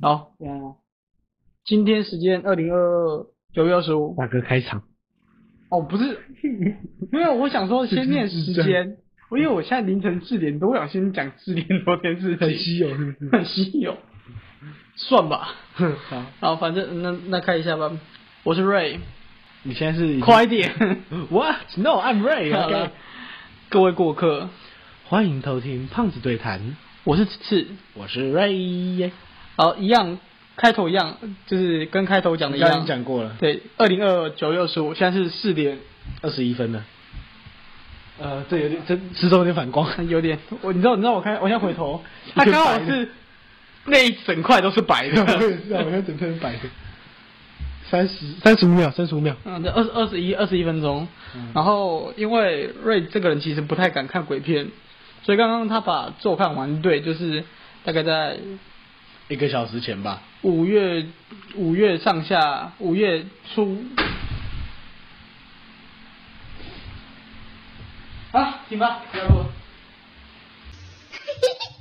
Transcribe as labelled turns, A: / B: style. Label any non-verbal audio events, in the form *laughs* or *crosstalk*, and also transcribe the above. A: 好，
B: 嗯，
A: 今天时间二零二二九月二十五。
C: 大哥开 *laughs* 场，
A: 哦，不是，没有，我想说先念时
C: 是这
A: 间，因为我现在凌晨四点多，我想先讲四点多天事
C: 很
A: 情，
C: 稀有哦是不是？
A: 很稀有，算吧。
C: *laughs* 好，
A: 好，反正那那看一下吧。我是 Ray，
C: 你现在是
A: 快一
C: *laughs*
A: 点。
C: What? No, I'm *laughs* Ray.
A: 好
C: OK，
A: 了，各位过客，
C: 欢迎偷听胖子对谈，
A: 我是次。
C: 我是 Ray。
A: 好，一样，开头一样，就是跟开头讲的一
C: 刚刚已
A: 样
C: 经。讲过了，
A: 对，二零二九月二十五，现在是四点，
C: 二十一分了。呃，这有点，这时钟有点反光。
A: *laughs* 有点，我你知道，你知道我看，我现在回头，
C: 一
A: 它
C: 个
A: 刚好
C: 白的
A: 是那一整块都是白
C: *laughs*
A: 的。
C: *laughs* 我也是啊，我现在整片白的。三十三十五秒，三十五秒。
A: *laughs* 嗯，对，二二十一二十一分钟。
C: 嗯
A: 然后因为瑞这个人其实不太敢看鬼片，所以刚刚他把咒看完，对，就是大概在
C: 一个小时前吧。
A: 五月五月上下，五月初。啊，停吧，不要录了。